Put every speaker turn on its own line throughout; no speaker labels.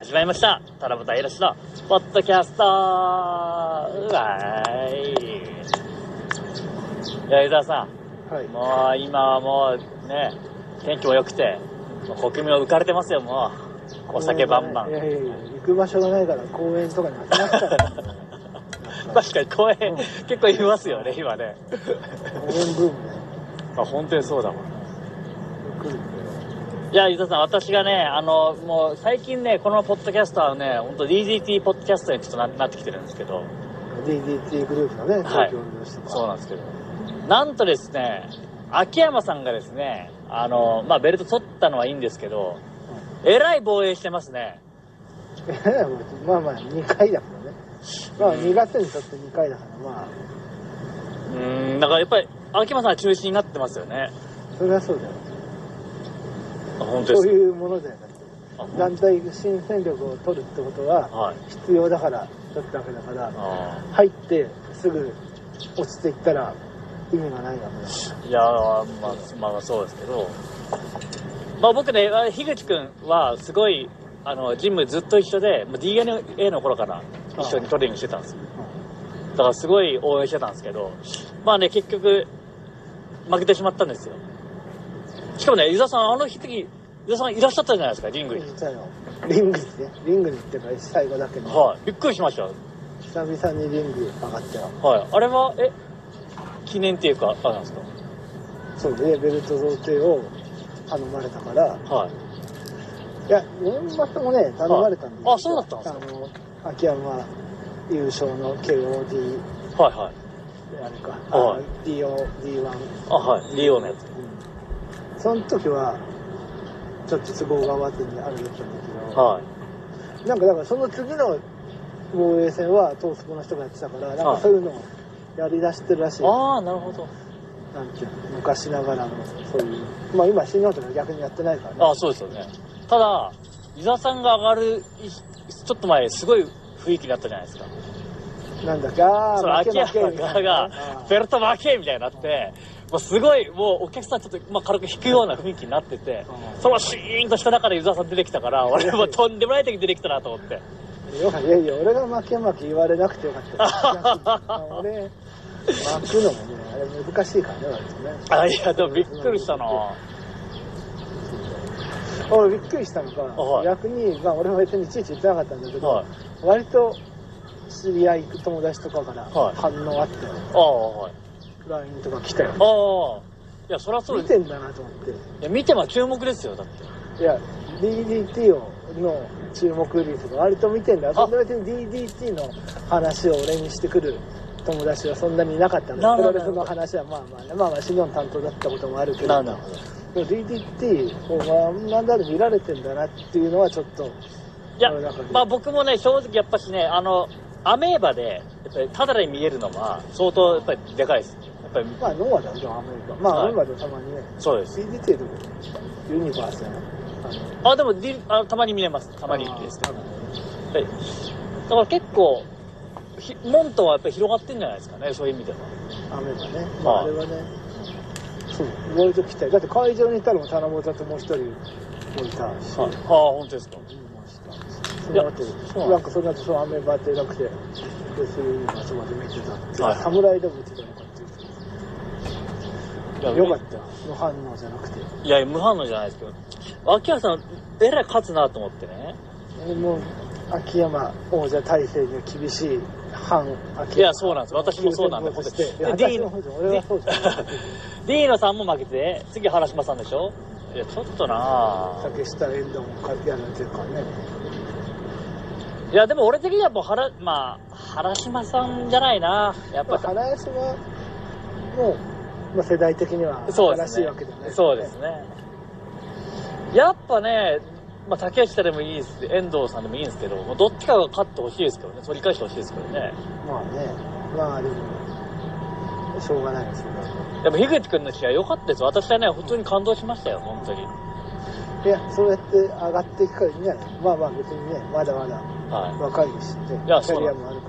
始まりました。タラボタイラシのポッドキャストうわーい。いや、伊沢さ
はい
ん、。もう今はもうね、天気も良くて、もう国民を浮かれてますよ、もう。お酒バンバン
い。やいやいや、行く場所がないから公園とかに集まっちゃう。やっ
確かに公園、
うん
結構いますよね、今ね。
ぱ公園ブームね。
まあ本当にそうだもん。
来る
いや、伊沢さん、私がね、あの、もう最近ね、このポッドキャストはね、本当 DDT ポッドキャストにちょっとななってきてるんですけど、
DDT グループのね、
はい
東京の人とか。
そうなんですけど。なんとですね、秋山さんがですね、あの、まあ、ベルト取ったのはいいんですけど、えらい防衛してますね。
うん まあまあ、2回だからね。まあ、2月にとって2回だから、まあ、
うーん、だからやっぱり、秋山さんが中心になってますよね。
それはそうだよ。
あ本当で
そう
すか
いうものだよ。だって
あほん
団体新戦力を取るってことは、
はい。
必要だから、取ったわけだから、
あ
入ってすぐ落ちていったら意味がないわけだか
ーいやー、まあ、まあ、そうですけど。まあ、僕ね、あ樋口くんは、すごい、あの、ジムずっと一緒で、もう DNA の頃から一緒にトレーニングしてたんですよ。
ら。
だからすごい応援してたんですけど、まあね、結局、負けてしまったんですよ。しかもね、伊沢さん、あの日伊沢さんいらっしゃったじゃないですか、リングに。
実はよリングにねリングにっていうか最後だけど
はい。びっくりしました。はい。
久々にリング上がったよ
あれは、え、記念っていうか、あれなんですか。
そうでベルト贈呈を頼まれたから
はい。
いや年末もね頼まれたんです
あそうだったんです
あの秋山優勝の KOD
はいはい。
あれか、
はい
あの DO D1
あ、はい。リオのやつ。
うんその時はちょっと都合が合わずにあれだったんだけど、
はい。
なんかだからその次の防衛戦は東スポの人がやってたからなん
は
か
い
そういうのをやりだしてるらしい
ああ、なるほど。
なんていうの昔ながらのそういうまあ今新日本とか逆にやってないからね
ああ、そうですよね。ただ、伊沢さんが上がるい、ちょっと前、すごい雰囲気になったじゃないですか。
なんだっけあ
その
あ
秋山
みた
側
い
が
な
ベルト負けみたいになって、もうすごい、もうお客さんちょっと、まあ、軽く引くような雰囲気になってて、そのシーンとした中で湯沢さん出てきた から、俺もとんでもない時出てきたなと思って。
よかいやいや俺が負け負け言われなくて よかったよ俺巻くのもねあれ難しいからね割とね
あ、いや、 でもびっくりしたな
俺びっくりしたのが、
はい
逆に、まあ、俺も別にいちいち言ってなかったんだけど、
はい。
割と知り合い友達とかから
はい
反応あったよ、
ああ、はい。
LINE とか来たよ
ああ。いや、そりゃそう
見
です。い
てんだなと思って
や、見ても注目ですよ、だって。
いや DDT をの注目率が割と見てんだそんな別に DDT の話を俺にしてくる友達はそんなにいなかったん
な
だ
る
プ
ほど
ロレスの話はまあまあねまあまあシノン担当だったこともあるけど
なるほど。
でも DDT をまあまんだで見られてんだなっていうのはちょっと
いや
俺の中で、
まあ僕もね、正直やっぱしね、あの、アメーバで、やっぱりただで見えるのは、相当やっぱりでかいです。やっぱり、
まあノアだけどアメリカまあ
はい
アメリカでたまにね
そうです。
DDT とかユニバースやなあの
あ、でも、ディあのたまに見れます。たまにですけど。はい。だから結構、ひ門とはやっぱり広がってんじゃないですかね、そういう意味では。
雨がね、
ま
ま
あ
あ、あれはね、そう、割と期待、だって会場にいたのも棚本だともう一人もいたし、
はい。ああ、本当ですか。
その後
そう
なんかその後、その雨バテなくて、別に場所まで見てたって、
はい
侍でも見てたのかっていう
いや
よかったよ、無反応じゃなくて、
いや、無反応じゃないですけど。秋葉さん、えらい勝つなと思ってね。
俺も秋山王者体制には厳しい反秋山。
いや、そうなんです。私もそうなんで。
ですす。いや
で、ディ
私
ーノ
もそうじゃん俺はそうじゃん。
ディーノさんも負けて、次原島さんでしょいや、ちょっとなぁ。
竹下遠藤もやられてるからね。
いや、でも俺的にはもう原、まあ、原島さんじゃないなやっ
ま
ぱ
あ、花屋はもう、まあ、世代的には
そうで
新
す
しい
ね
わけではない、。
そうですね。やっぱね、まあ、竹下でもいいですし、遠藤さんでもいいんですけど、もうどっちかが勝ってほしいですけどね、取り返してほしいですけどね。
まあねまあでもしょうがないですよね
でも、樋口くんの試合良かったです。私はね、普通に感動しましたよ、本当に。
いやそうやって上がっていくからいいんじゃないまあまあ別にねまだまだ
は
若いしね
いや
キャ
そう
リ
な
ア
ん
もあるか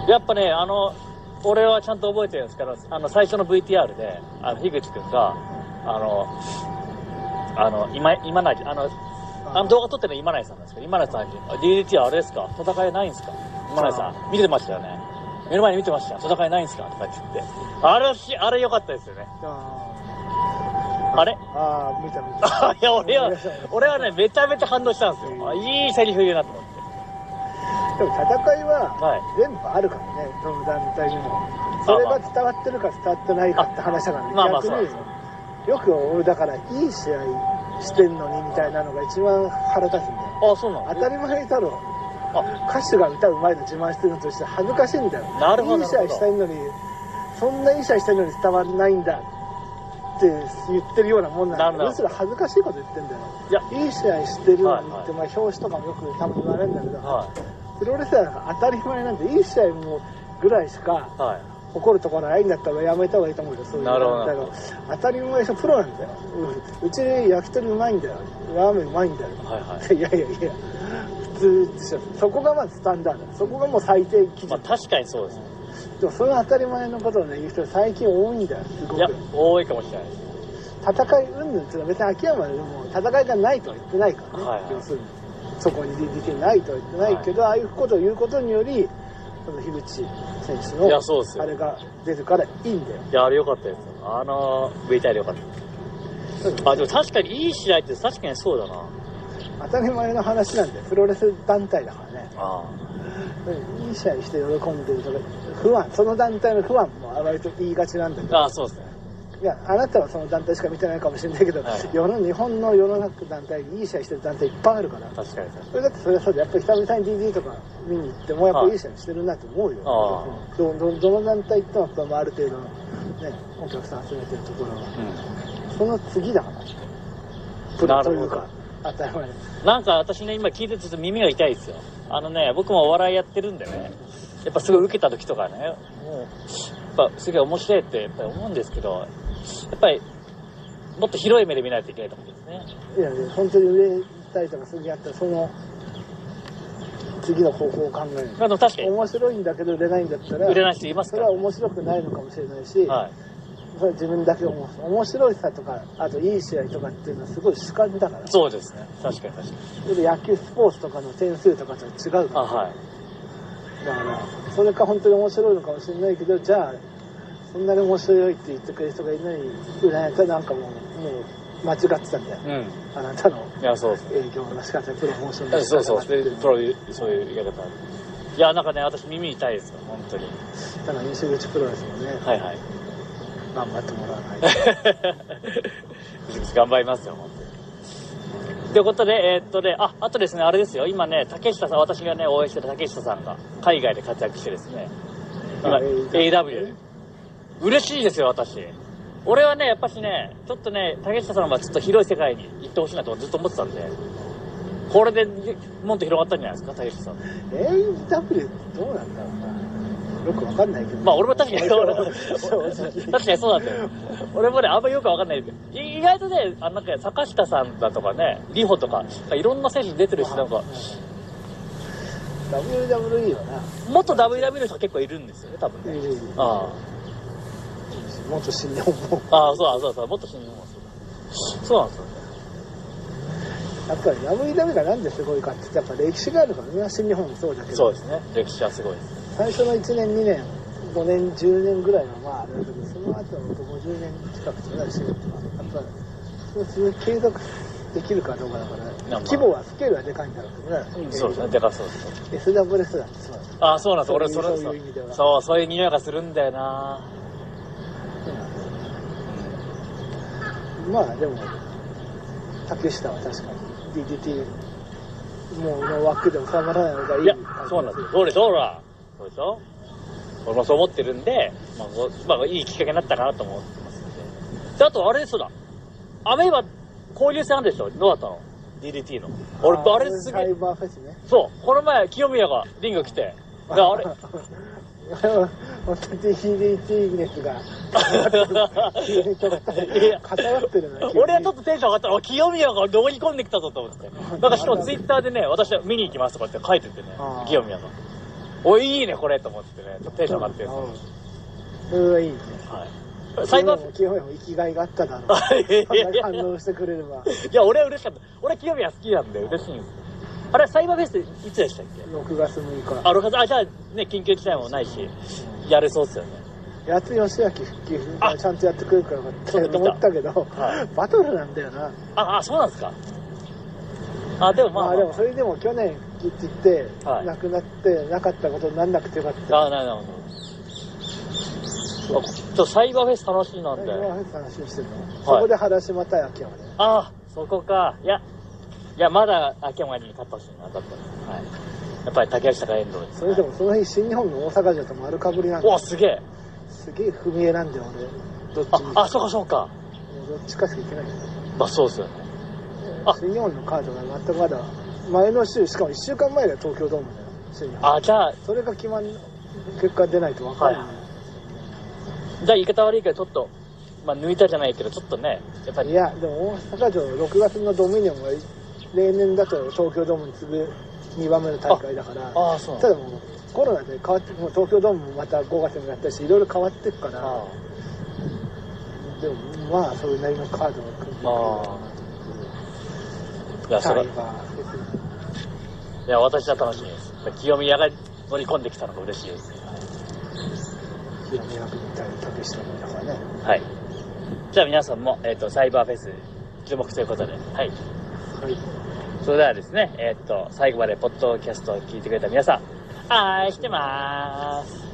ら
い。やっぱね、あの、俺はちゃんと覚えてるんですけど、あの、最初の VTR で、あの、樋口くんが、あの、あの、今、今なあの、あの動画撮ってるの今内さんなんですけど、今内さんに、あ DDT はあれですか戦いないんですか今内さん、見てましたよね。目の前に見てましたよ。戦いないんですかとか言って。あれし、あれ良かったですよね。
あ
あれ
ーあー見た見た
あ いや、俺は
見ました、
俺はね、めちゃめちゃ反応したんですよ。あいいセリフ言うなと思って。
でも戦いは
はい。
全部あるからねその団体にもそれが伝わってるか伝わってないかって話だからね
まあまあ
逆
そうなんですよ
によく俺だからいい試合してんのにみたいなのが一番腹立つんだよ
あ、そうな
当
の
たり前だろ
あ、
歌手が歌うまいの自慢してるのとして恥ずかしいんだよ
なるほど
いい試合
なるほど
したいのにそんないい試合したいのに伝わらないんだって言ってるようなもんなんだ
な
よ
るほど
むしろ恥ずかしいこと言ってんだよ
いや、
いい試合してるのにって、
はいはい
まあ、表紙とかもよく多分言われるんだけど、
は
プロレスラーなんか当たり前なんでいい試合もぐらいしか
い。はい。
怒るところないんだったらやめた方がいいと思うよそういう
なるほど
だから当たり前でしょプロなんだよ、うんうち焼き鳥うまいんだよラーメンうまいんだよ
はいはい。
いやいやいや、普通でしょ。そこがまずスタンダード。そこがもう最低基
まあ
準。
確かにそうですね。
でもそれは当たり前のことをね、言う人最近多いんだよ、すご
いや
く。、
多いかもしれないです。
戦い云々っていうのは別に秋山でも戦いがないとは言ってないからね、
はいはい
要するに。そこに DDT ないとは言ってないけど、ああいうことを言うことにより、その樋口選手
いや、
の
そうですよ
あ。れが出るからいいんだよ。
いや、あれ良かったですよ。あの、VTR 良かったです。あ、でも確かにいい試合って確かにそうだな。
当たり前の話なんだよ。プロレス団体だからね。
あ
うんいい試合して喜んでるとか、不安、その団体の不安も割と言いがちなんだけど
あ。、ああそうですね。
いや、あなたはその団体しか見てないかもしれないけど、
はい
世の日本の世の中団体、いい試合してる団体いっぱいあるから、
確かに確かに。
それだってそれはそうで、やっぱり久々に DD とか見に行っても、やっぱ
はい
りいい試合してるなと思うよ、
あ
どどどの団体行っても、やっぱまあある程度、ね、お客さん集めてるところは、その次だから、プロという
な
か
る、
当たり前です。
うん。なんか私ね、今聞いててちょっと耳が痛いですよ。あのね、僕もお笑いやってるんでね、やっぱすごい受けた時とかね、もう、やっぱすげえ面白いってやっぱり思うんですけど、やっぱり、もっと広い目で見ないといけないと思うんですね。
いやいや、本当に上行ったりとか、次やったら、その次の方法を考える。
まあでも確かに、
面白いんだけど売れないんだったら
売、れない人います
そ
か
れ
ら
は。面白くないのかもしれないし、
はい。
それは自分だけ思う面白いさとかあといい試合とかっていうのはすごい主観だから
そうですね。確かに確かに。
それ野球スポーツとかの点数とかとは違う
あ、
か
はい。
らだからそれか本当に面白いのかもしれないけどじゃあそんなに面白いって言ってくれる人がいない裏やったらなんかもうもう間違ってたんだよ
う
あなたの
ん。いや、そうです。
営業の仕方プロモーションの仕
そう
方
そう、
っていうの
プロそういう言い方。いや、なんかね、私耳痛いですよ、本当に。
だから西口プロレスもね
はいはい。
頑張ってもらわないと
頑張りますよ、本当に。ということで、えーっとね、あ、あとですね、あれですよ、今ね、竹下さん、私がね、応援してる竹下さんが、海外で活躍してですね、今、
あ AEW
AW で。嬉しいですよ、私。俺はね、やっぱしね、ちょっとね、竹下さんはちょっと広い世界に行ってほしいなとずっと思ってたんで、これで、もっと広がったんじゃないですか、竹下さん。
AEW ってどうなんだろうなよくわかんないけど
まあ俺も確かに、
正
俺
直
も確かにそうだったよ。俺もね、あんまよくわかんないけど、い意外とね、あなんか坂下さんだとかね、リホとか、いろんな選手出てるし、 なんか、
WWE はな、
元 WW の人結構いるんですよね、多分ね。あ
もっと新日本も、
あ、ああ、そうだそうだそうだ、元新日本もそうだ。そうなんですよね。
やっぱり WWE がなんですごいかって言って、やっぱ歴史があるからね、新日本もそうだけ
そう
ど、
ですね。歴史はすごいです。
最初の1年、2年、5年、10年ぐらいはまああれだけど、その後の50年近くとかしてるとか、やっぱり、それ継続できるかどうかだから、規模は、スケールはでかいんだろうけどね、
そうですね。でかそうです。
SWS だってそうだ
ああ、そうなんです。俺、
そ
そう
いう
れ、そう
そいう意味では
う、そうそういう匂いがするんだよな。
まあでも竹下は確かに DDT もうの枠で収まらないのがいい
いや
感じが、
そうなんですよ。どうでしょう、ほら。そうでしょ俺もそう思ってるんで、まあ、こうまあ、いいきっかけになったかなと思ってますんで。で、あと、あれですそうだ。アメーバ交流戦あるでしょどうだったの ?DDT の。俺、あれすげ
サ
え
イ。バーフェスね
そう、この前、清宮がリング来て。であ れ
本当に DDT 熱が急に高まって
いや
る偏ってるな
俺はちょっとテンション上がったら、あ清宮がどこに込んできたぞと思って。なんかしかもツイッターでね、私は見に行きますとかって書いててね
あ、ー
清宮が。おい、いいね、これと思ってね、ちょっとテンション上がってるんですよ
うんそれはいいね
はい。サイバー
清宮も生きがいがあっただろう
いやいや
反応してくれれば
いや、俺は嬉しかった。俺、清宮好きなんで、嬉しいんです。あれ、サイバーフェスっていつでしたっけ
6月6日
あ、6月、あ、じゃあ、ね、緊急事態もないし、やれそうっすよね。
やつ吉明復帰
あ
ちゃんとやってくれるからよかったと思ったけど
は
バトルなんだよな
あ、あ、そうなんですか。あ、でもま
ま
あ、
あでもそれでも去年復帰って言っ
は
て
い
なくなってなかったことになんなくてよかった
あ、なるほど。あちょっとサイバーフェス楽しいなんで。
今話してるのそこで原島対秋山で
あそこか。いや、いや、まだ秋山に勝ってほしいな、だったらはい。やっぱり竹内とか遠藤です、ね。
それでもその日新日本の大阪城と丸かぶりなん
う
だ
わ、すげえ。
すげえ踏み選んで俺どっち
あ
に、
あ、そうかそうか。
もうどっちかしか行けないけど
まあ、そうですよね。あ
新日本のカードが全くまだ前の週しかも1週間前が東京ドームだよ新日本
あ、じゃあ、
それが決まん結果出ないと分かんない、
はじゃあ言い方悪いけど、ちょっと、まあ抜いたじゃないけど、ちょっとね、やっぱ
い、
り、
やでも大阪城6月のドミニオンが例年だと東京ドームに次ぐ2番目の大会だから
ああ、そうなん
た
だ。
だもうコロナで変わってもう東京ドームもまた5月にやったしいろいろ変わっていくから
あ
でもまあそれなりのカードが組んでくる
ああいや、そ
サ
れ、
イ
い
バーフェス
や、私は楽しみです。清宮が乗り込んできたのが嬉しいです。
清宮君対竹下君だからね
はい。じゃあ皆さんも、えっ、と、サイバーフェス、注目ということで、はい。
はい
それではですね、えっ、と、最後までポッドキャストを聞いてくれた皆さん、愛してまーす。